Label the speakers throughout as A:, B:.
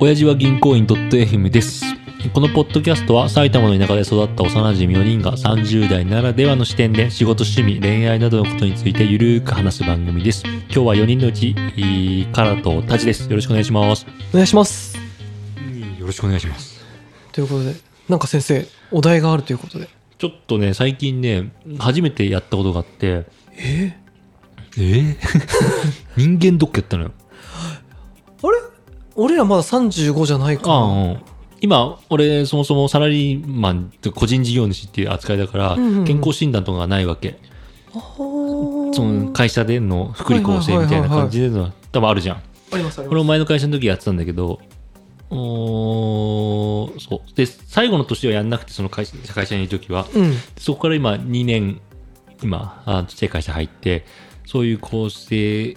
A: 親父は銀行員 .fm です。このポッドキャストは埼玉の田舎で育った幼馴染4人が30代ならではの視点で仕事、趣味、恋愛などのことについてゆるーく話す番組です。今日は4人のうち、いいカラとタチです。よろしくお願いします。
B: お願いします
A: よろしくお願いします。
B: ということでなんか先生お題があるということで
A: ちょっとね、最近ね、初めてやったことがあって、
B: え
A: え人間ドックやったのよ。
B: ー、あれ俺らまだ35じゃないか
A: ああ、うん今、俺、そもそもサラリーマンって個人事業主っていう扱いだから、
B: うんうんうん
A: 健康診断とかがないわけ。
B: あー
A: その会社での福利厚生みたいな感じでの多分あるじゃん。
B: ありますあり
A: これ
B: ま
A: も前の会社の時やってたんだけど、おーそう。で、最後の年はやんなくて、その会社会社にいる時は。
B: すうん
A: そこから今2年、今、あちっちゃい会社入って、そういう構成、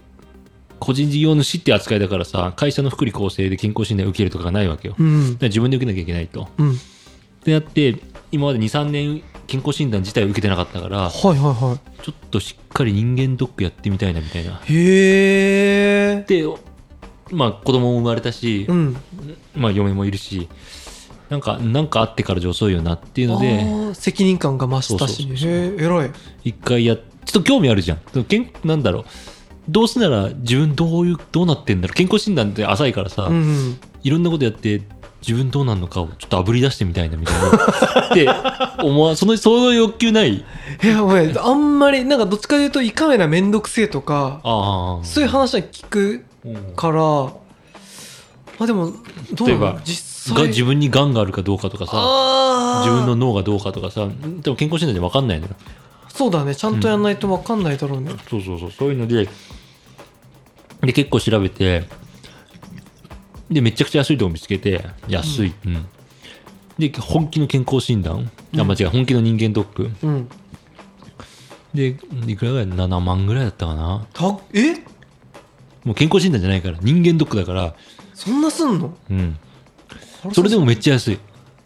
A: 個人事業主って扱いだからさ、会社の福利厚生で健康診断受けるとかがないわけよ。だか
B: うん
A: ら自分で受けなきゃいけないと。
B: うん
A: ってなって、今まで2、3年健康診断自体を受けてなかったから、
B: はいはいは
A: ちょっとしっかり人間ドックやってみたいなみたいな。
B: いへえ
A: で、まあ子供も生まれたし
B: う、ん
A: まあ嫁もいるし、なんか、なんかあってからじゃ遅いよなっていうの
B: あ
A: で、
B: ー責任感が増したし
A: そうそう
B: へえ偉い
A: 一回や、ちょっと興味あるじゃん。でもけんなんだろう。どうせなら自分どういう、どうなってんだろう。健康診断って浅いからさ、
B: うんうん
A: いろんなことやって、自分どうなんのかをちょっと炙り出してみたいなみたい な。って思わ、その、その欲求ない。
B: いやおいあんまりなんかどっちかというと胃カメラめんどくせえとか
A: ああ。
B: そういう話は聞く
A: うん
B: からまあでもどう
A: 例
B: な
A: えば
B: の実
A: が
B: 際
A: 自分に癌があるかどうかとかさ、
B: あ
A: 自
B: ー
A: 分の脳がどうかとかさ、でも健康診断で分かんないのよ。
B: そうだねちゃんとやんないと分かんないだろうね、
A: そうそうそう、そういうので、で、結構調べて、で、めちゃくちゃ安いとこ見つけて、安い。うん。で、本気の健康診断、あ、間違い、本気の人間ドック。
B: うん
A: で、いくらぐらい ?7 万ぐらいだったかな。
B: たえ
A: もう健康診断じゃないから、人間ドックだから、
B: そんなすんの
A: うん。それでもめっちゃ安い。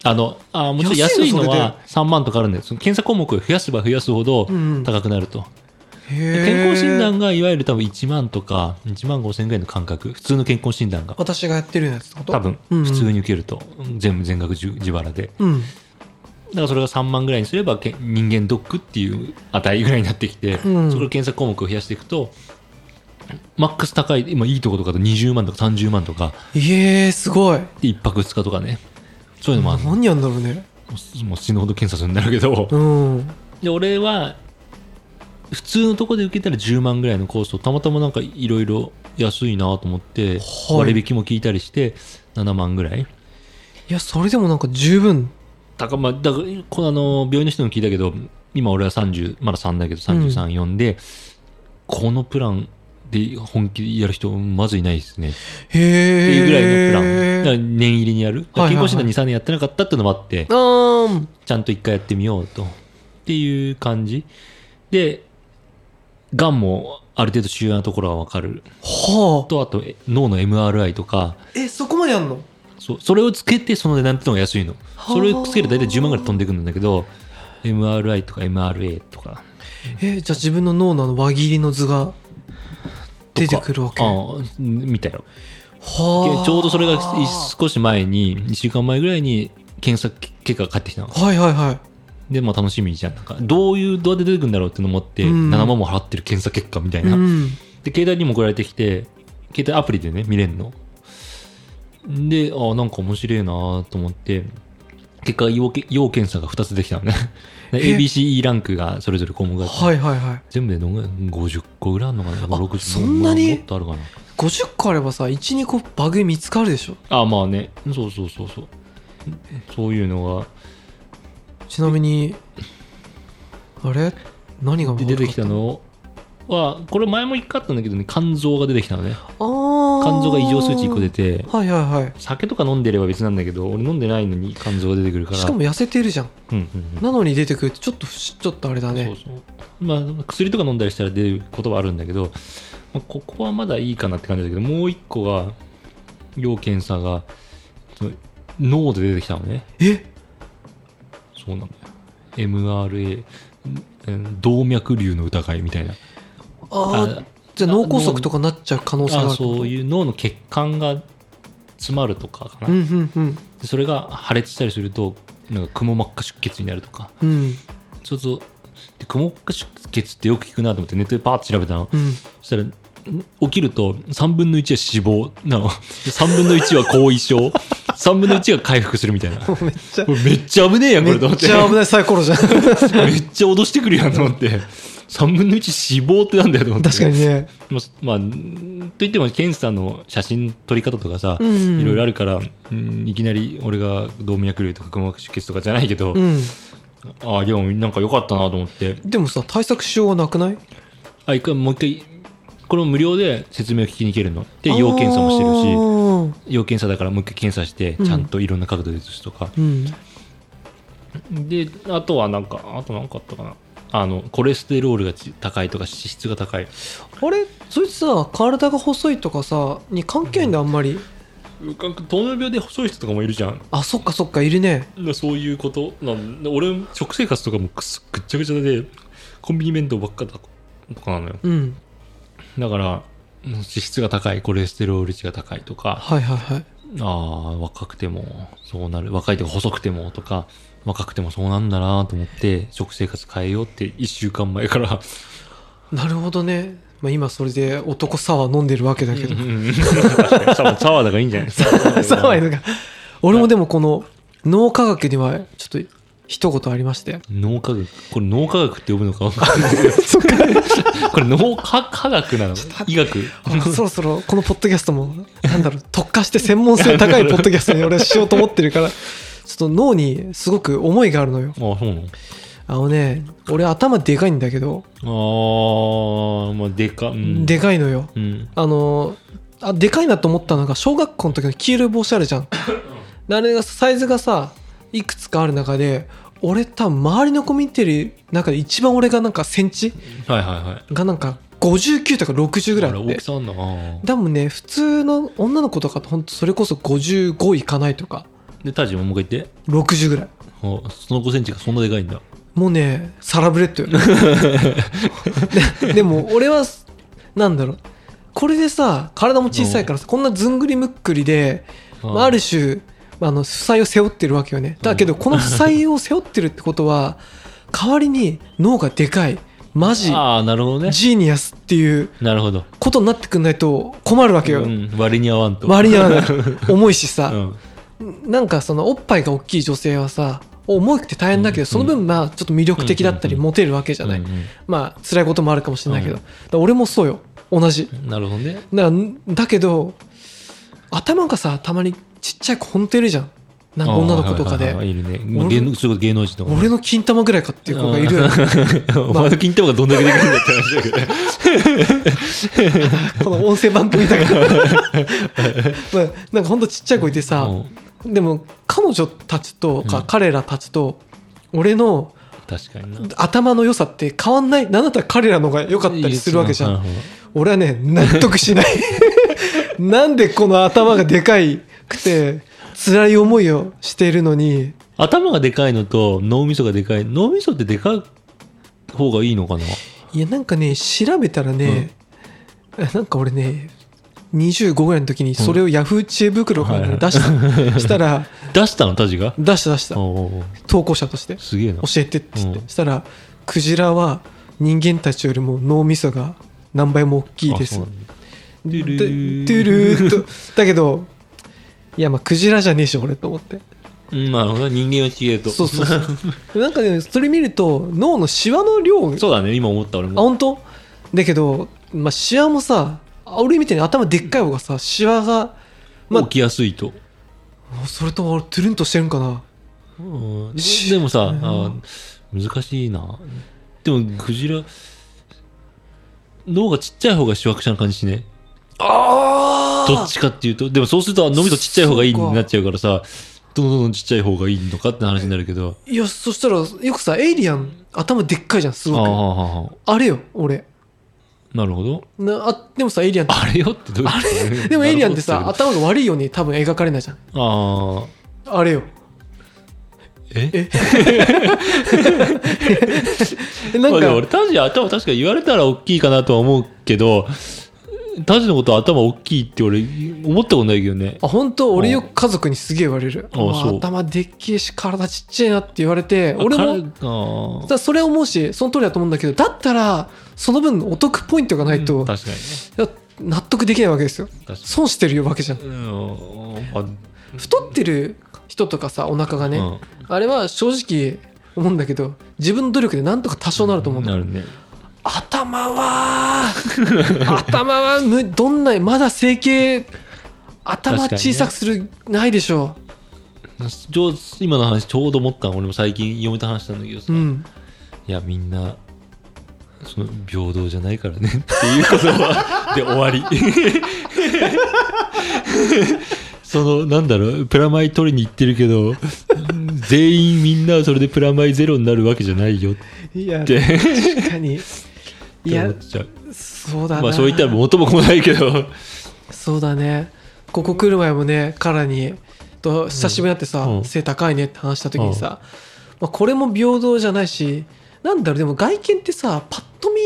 A: あの、あもちろん安いの
B: 安いの
A: は3万とかあるんだよ。その検査項目を増やせば増やすほど
B: うんうん
A: 高くなると。
B: へー
A: 健康診断がいわゆる多分1万とか1万5千ぐらいの感覚普通の健康診断が
B: 私がやってるやつってこと
A: 多分
B: うんうん
A: 普通に受けると全部全額自自腹で
B: うん
A: だからそれが3万ぐらいにすればけ人間ドックっていう値ぐらいになってきて、
B: うん
A: それを検査項目を増やしていくとマックス高い今いいとことかだと20万とか30万とか
B: えー、すごい
A: で1泊2日とかねそういうのもあるのも
B: 何やんだろうね
A: うもう死ぬほど検査するんだろうけど
B: うん
A: で俺は普通のとこで受けたら10万ぐらいのコースをたまたまなんかいろいろ安いなと思って
B: い
A: 割引も聞いたりして7万ぐらい
B: いやそれでもなんか十分
A: だからまあだからこのあの病院の人にも聞いたけど今俺は30まだ3だけど334、4でこのプランで本気でやる人まずいないですね
B: へ
A: っていうぐらいのプラ
B: え
A: ンだから念入りにやるだから
B: はい
A: 健
B: はいはい
A: 康診断23年やってなかったっていうのもあって、
B: プランあーん
A: ちゃんと一回やってみようと。っていう感じ。で、がんもある程度主要なところはわかる。
B: は
A: と、あと、え脳の MRI とか、
B: あえそこまでやんの
A: そうそれをつけてその値段ってのが安いの。
B: はあ
A: それをつけると大体10万ぐらい飛んでくるんだけど、MRI とか MRA とか。
B: えじゃあ自分の脳のあの輪切りの図が出てくるわけ
A: あ
B: は
A: あ、見たよ。
B: あ
A: ちょうどそれがい
B: は
A: 少し前に、1週間前ぐらいに検査結果が返ってきたの。
B: いはいはい
A: で、まあ楽しみじゃん。なんか、どういう、どうやって出てくるんだろうってのを思って、
B: うん
A: 7万も払ってる検査結果みたいな。
B: うん
A: で、携帯にも送られてきて、携帯アプリでね、見れんの。で、あなんか面白いなと思って、結果要け、要検査が2つできたのね。で
B: え
A: ABCE ランクがそれぞれ項目があって
B: はいはいはい
A: 全部でどんぐらい ?50 個ぐらいあるのかな ?60
B: そんなに
A: もっとあるかな
B: 50個あればさ12個バグ見つかるでしょ
A: あ、まあね。そうそうそうそう。そういうのが
B: ちなみにあれ何が
A: で出てきた
B: あ
A: のは、これ前も一回あったんだけどね、肝臓が出てきたのね。
B: あー
A: 肝臓が異常数値1個出て、
B: はいはいはい
A: 酒とか飲んでれば別なんだけど、俺飲んでないのに肝臓が出てくるから。
B: しかも痩せてるじゃん
A: うんうんうん、
B: なのに出てくるってちょっとちょっとあれだね
A: そうそうまあ、薬とか飲んだりしたら出ることはあるんだけど、まあ、ここはまだいいかなって感じだけどもう一個が要検査がその脳で出てきたのね
B: え
A: そうなのよ MRA うん動脈瘤の疑いみたいな
B: ああじゃあ脳梗塞とかなっちゃう可能性がある
A: あそう
B: う
A: いう脳の血管が詰まるとかか
B: う
A: な、
B: んうん
A: でそれが破裂したりするとなんかくも膜下出血になるとか
B: うんうん
A: ちょっとでくも膜下出血ってよく聞くなと思ってネットでパーッと調べたの
B: うん
A: そしたらん起きると3分の1は死亡なの3分の1は後遺 症3分の1が回復するみたいな
B: めっちゃ
A: これめっちゃ危ねえやんこ
B: め
A: れと思
B: っ
A: って
B: ちゃ危ないサイコロ じゃん確
A: めっちゃ脅してくるやんと思って3分の1死亡ってなんだよと思って
B: かにね
A: まあすまあ、んといっても、ケンさんの写真撮り方とかさ、
B: うん
A: いろいろあるから、うんいきなり俺が動脈瘤とか角膜出血とかじゃないけど、
B: うん
A: ああ、でもなんか良かったなと思って、
B: でもさ対策しようはなくない
A: あ、一回もう一回、これも無料で説明を聞きに行けるの。で、要検査もしてるし、
B: し
A: 要検査だからもう一回検査して、
B: うん
A: ちゃんといろんな角度で写すとか。
B: うん
A: で、あとはなんか、あとなんかあったかな。あの、コレステロールがち高いとか、脂質が高い。
B: あれそいつさ体が細いとかさに関係ないんだあんまり
A: 糖尿病で細い人とかもいるじゃん。
B: あそっかそっかいるね
A: だからそういうことなんで俺食生活とかもくすぐっちゃぐちゃでコンビニ弁当ばっかだとかなのよ
B: うん
A: だからうん脂質が高いコレステロール値が高いとか
B: はいはいはい
A: あー若くてもそうなる若いとか細くてもとか若くてもそうなんだなと思って食生活変えようって1週間前から
B: なるほどね、まあ、今それで男サワー飲んで るわけだけど、
A: サワサワーだからいいんじゃない
B: サワーいうのが俺もでもこの脳科学にはちょっと一言ありま して
A: 脳科学これ脳科学って呼ぶのか分かんないこれ脳科科学なの医学
B: あそろそろこのポッドキャストもなんだろう特化して専門性高いポッドキャストに俺はしようと思ってるからちょっと脳にすごく思いがあるのよ
A: あそうなの
B: あのね俺頭でかいんだけど、
A: ああ、まあ、でか、うん。、
B: でかいのよ
A: うん。
B: あのあでかいなと思ったのが小学校の時の黄色い帽子あるじゃんであれがサイズがさいくつかある中で俺多分周りの子見てる中で一番俺がなんかセンチ
A: はいはいはい。
B: がなんか59とか60ぐらいあ
A: あら
B: っ
A: 大
B: て
A: きさあんな。あー
B: 多分ね普通の女の子とかとほんとそれこそ55いかないとか
A: で、タジももう一回言って。
B: 60ぐらい
A: あその5センチがそんなでかいんだ。
B: もうねサラブレッドよででも俺はなんだろうこれでさ体も小さいからさこんなずんぐりむっくりで
A: あ
B: まあ、ある種あの負債を背負ってるわけよねだけどこの負債を背負ってるってことは代わりに脳がでかいマジ
A: ああ、なるほどね。
B: ジーニアスっていう
A: なるほど。
B: ことになってくんないと困るわけよ、
A: うん、割に合わんと。
B: 割に合 わない重いし
A: う
B: さ、
A: ん。
B: なんかそのおっぱいが大きい女性はさ重くて大変だけど、
A: うん
B: その分まあちょっと魅力的だったり
A: うん
B: モテるわけじゃない、
A: うん
B: まあ辛いこともあるかもしれないけど、
A: うん
B: だから俺もそうよ同じ
A: うんなるほどね。
B: だだけど頭がさたまにちっちゃい子ほんといるじゃんなんか女の子とか
A: あ
B: で
A: ーはいはいはいはいいるね。もう芸能、そういうこと芸能人とかね。
B: 俺の金玉ぐらいかっていう子がいるよね
A: うんお前の金玉がどんだけでかいんだって話だけど。
B: この音声番組だから、 まあ、なんかほんとちっちゃい子いてさ
A: うん
B: でも彼女たちと
A: う
B: か
A: ん
B: 彼らたちと俺の
A: 確かにな。
B: 頭の良さって変わんないなんだったら彼らの方が良かったりするわけじゃ
A: なんるほど
B: 俺はね納得しない なんでこの頭がでかいくて辛い思いをしているのに
A: 頭がでかいのと脳みそがでかい。脳みそってでかい方がいいのかない
B: やなんかね調べたらね、なんか俺ね25ぐらいの時にそれをヤフー知恵袋からね、
A: はい
B: 出し た、したら
A: 出したのタジが
B: 出した出した
A: おうおうおう
B: 投稿者として教
A: すげえな
B: えてって言って、
A: うん
B: したらクジラは人間たちよりも脳みそが何倍も大きいです
A: あそ
B: で
A: うなんだ
B: ト
A: ゥルー
B: ゥルーっとだけどいやまあクジラじゃねえし俺と思って
A: うんまあほら人間は違えと
B: そうそうそうなんかねそれ見ると脳のシワの量 が
A: そうだね今思った俺
B: あ
A: も
B: 本当だけど、まあ、シワもさあ俺みたいに頭でっかい方がさシワが、ま
A: 起きやすいと、
B: あ、それとも俺トゥルンとしてるんかな
A: うんで
B: し
A: でもさ、
B: うん
A: あー難しいなでもクジラ脳がちっちゃい方が主役者な感じしね
B: あ
A: どっちかっていうとでもそうすると脳みそちっちゃい方がいいになっちゃうからさどんどんどんちっちゃい方がいいのかって話になるけど
B: いやそしたらよくさエイリアン頭でっかいじゃんす
A: あー
B: ごく
A: はー
B: あ
A: はーは
B: れよ俺
A: ーなるほど
B: なあでもさエイリアン
A: あれよってどういうこと
B: でもエイリアンってさ
A: あ
B: 頭が悪いように多分描かれないじゃん
A: あー
B: あれよ
A: え
B: えなん
A: まあでも
B: か
A: 俺タジ頭確かに言われたら大きいかなとは思うけどタジのこと頭大きいって俺思ったことないけどね
B: あ本当俺よく家族にすげえ言われる
A: あそう
B: 頭でっけえし体ちっちゃいなって言われて俺もだか
A: も
B: らそれ思うしその通りだと思うんだけどだったらその分お得ポイントがないと、
A: 確かにね
B: いや納得できないわけですよ
A: 確か
B: 損してるわけじゃん
A: にうんあ
B: 太ってる人とかさお腹がね、
A: うん
B: あれは正直思うんだけど自分の努力でなんとか多少なると思うんだ、
A: なるね
B: 頭は 頭はむどんなまだ整形頭
A: 確かにね
B: 小さくする、ないでしょ
A: ちょう今の話ちょうど思ったの俺も最近嫁と話したんだけどさ、
B: う、うん、
A: いやみんなその平等じゃないからね っていうことはで終わり そのなんだろうプラマイ取りに行ってるけどうん全員みんなそれでプラマイゼロになるわけじゃないよっ
B: いや
A: て
B: 確かにい
A: って思
B: や
A: っちゃう
B: そうだな、
A: まあそう言ったら元も子もないけど
B: そうだねここ来る前もねカラにと久しぶりに会ってさ、
A: うん
B: 背高いねって話した時にさ、まあ、これも平等じゃないしなんだろうでも外見ってさパッと見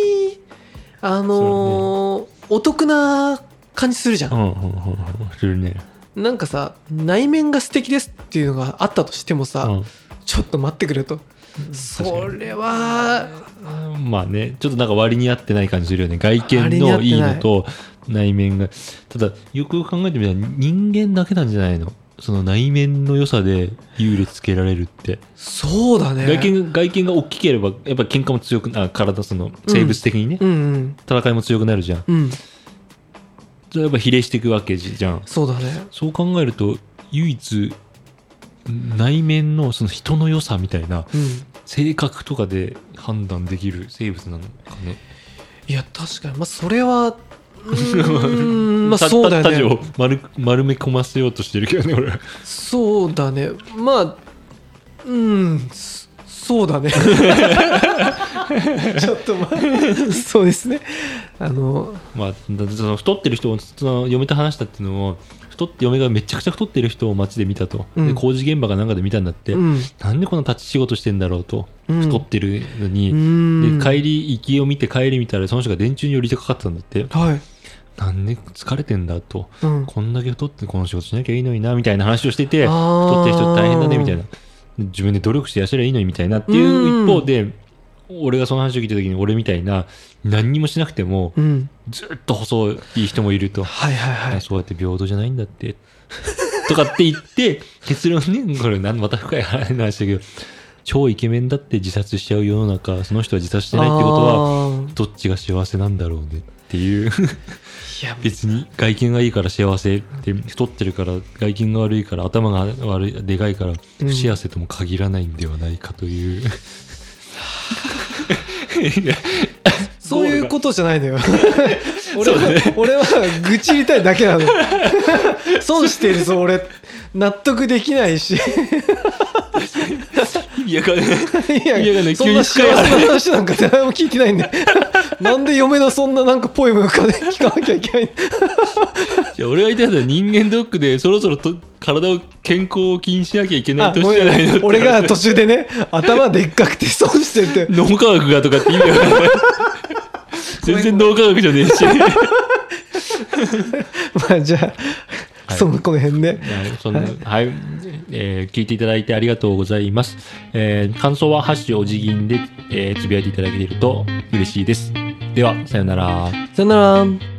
B: あのーお得な感じするじゃ、
A: うんんうんうんうんするね
B: なんかさ内面が素敵ですっていうのがあったとしてもさ、
A: うん
B: ちょっと待ってくれと、それは
A: まあねちょっとなんか割に合ってない感じするよね外見の
B: 割
A: いい
B: に合ってない
A: のと内面がただよくよく考えてみたら人間だけなんじゃないのその内面の良さで優劣つけられるって、
B: そうだね
A: 外見外見が大きければやっぱ喧嘩も強くなあ体その生物的にね、
B: うんうん
A: 戦いも強くなるじゃん
B: うん
A: それはやっぱ比例していくわけじゃん
B: そうだね
A: そう考えると唯一内面のその人の良さみたいな
B: うん
A: 性格とかで判断できる生物なのかね
B: いや確かにまあそれはうーんまあそう だ
A: たたたじ
B: よね
A: を丸丸め込ませようとしてるけどね俺
B: そうだねまあうんそそうだ ねちょっとまあそうですねあの
A: まあだその太ってる人をその嫁と話したっていうのを太って嫁がめちゃくちゃ太ってる人を街で見たと、
B: うん
A: で工事現場かなんかで見たんだって、
B: うん
A: なんでこんな立ち仕事してんだろうと、
B: うん
A: 太ってるの
B: う
A: に、
B: ん
A: で帰り行きを見て帰り見たらその人が電柱に寄りかかってたんだって
B: はい、
A: なんで疲れてんだと
B: うん、
A: こんだけ太ってこの仕事しなきゃいいのになみたいな話をしてて
B: あー
A: 太ってる人って大変だねみたいな自分で努力してやせりゃいいのにみたいなっていう
B: うん
A: 一方で俺がその話を聞いた時に俺みたいな何にもしなくても
B: うん
A: ずっと細い人もいると
B: はいはいはい
A: あそうやって平等じゃないんだって とかって言って結論ねこれなんまた深い話だけど超イケメンだって自殺しちゃう世の中その人は自殺してないってことは
B: あー
A: どっちが幸せなんだろうねっていう。
B: いや
A: 別に外見がいいから幸せって太ってるから外見が悪いから頭が悪いでかいから不幸せとも限らないんではないかという、
B: そういうことじ ゃないのよ俺
A: そうだ
B: は俺は愚痴りたいだけな の損してるぞ俺納得できないし
A: いやか
B: いや
A: いやいや
B: そんな
A: 急に
B: 幸せ
A: 深い
B: な
A: 話
B: 話なんか誰も聞いてないんでなんで嫁のそんななんかポエムかで聞かなきゃいけない
A: 俺が言いたいのは人間ドックでそろそろと体を健康を気にしなきゃいけない
B: あご
A: 年じゃないの
B: め
A: って
B: ん俺が途中でね頭でっかくて損してるって
A: 脳科学がとかって意味わかんない 全然脳科学じゃねえし
B: まあじゃあ、
A: はい
B: そのこの辺ね
A: はいそんなはい、えー聞いていただいてありがとうございます。えー感想はハッシュお辞儀で、えーつぶやいていただけると嬉しいです。では、さようなら。
B: さよなら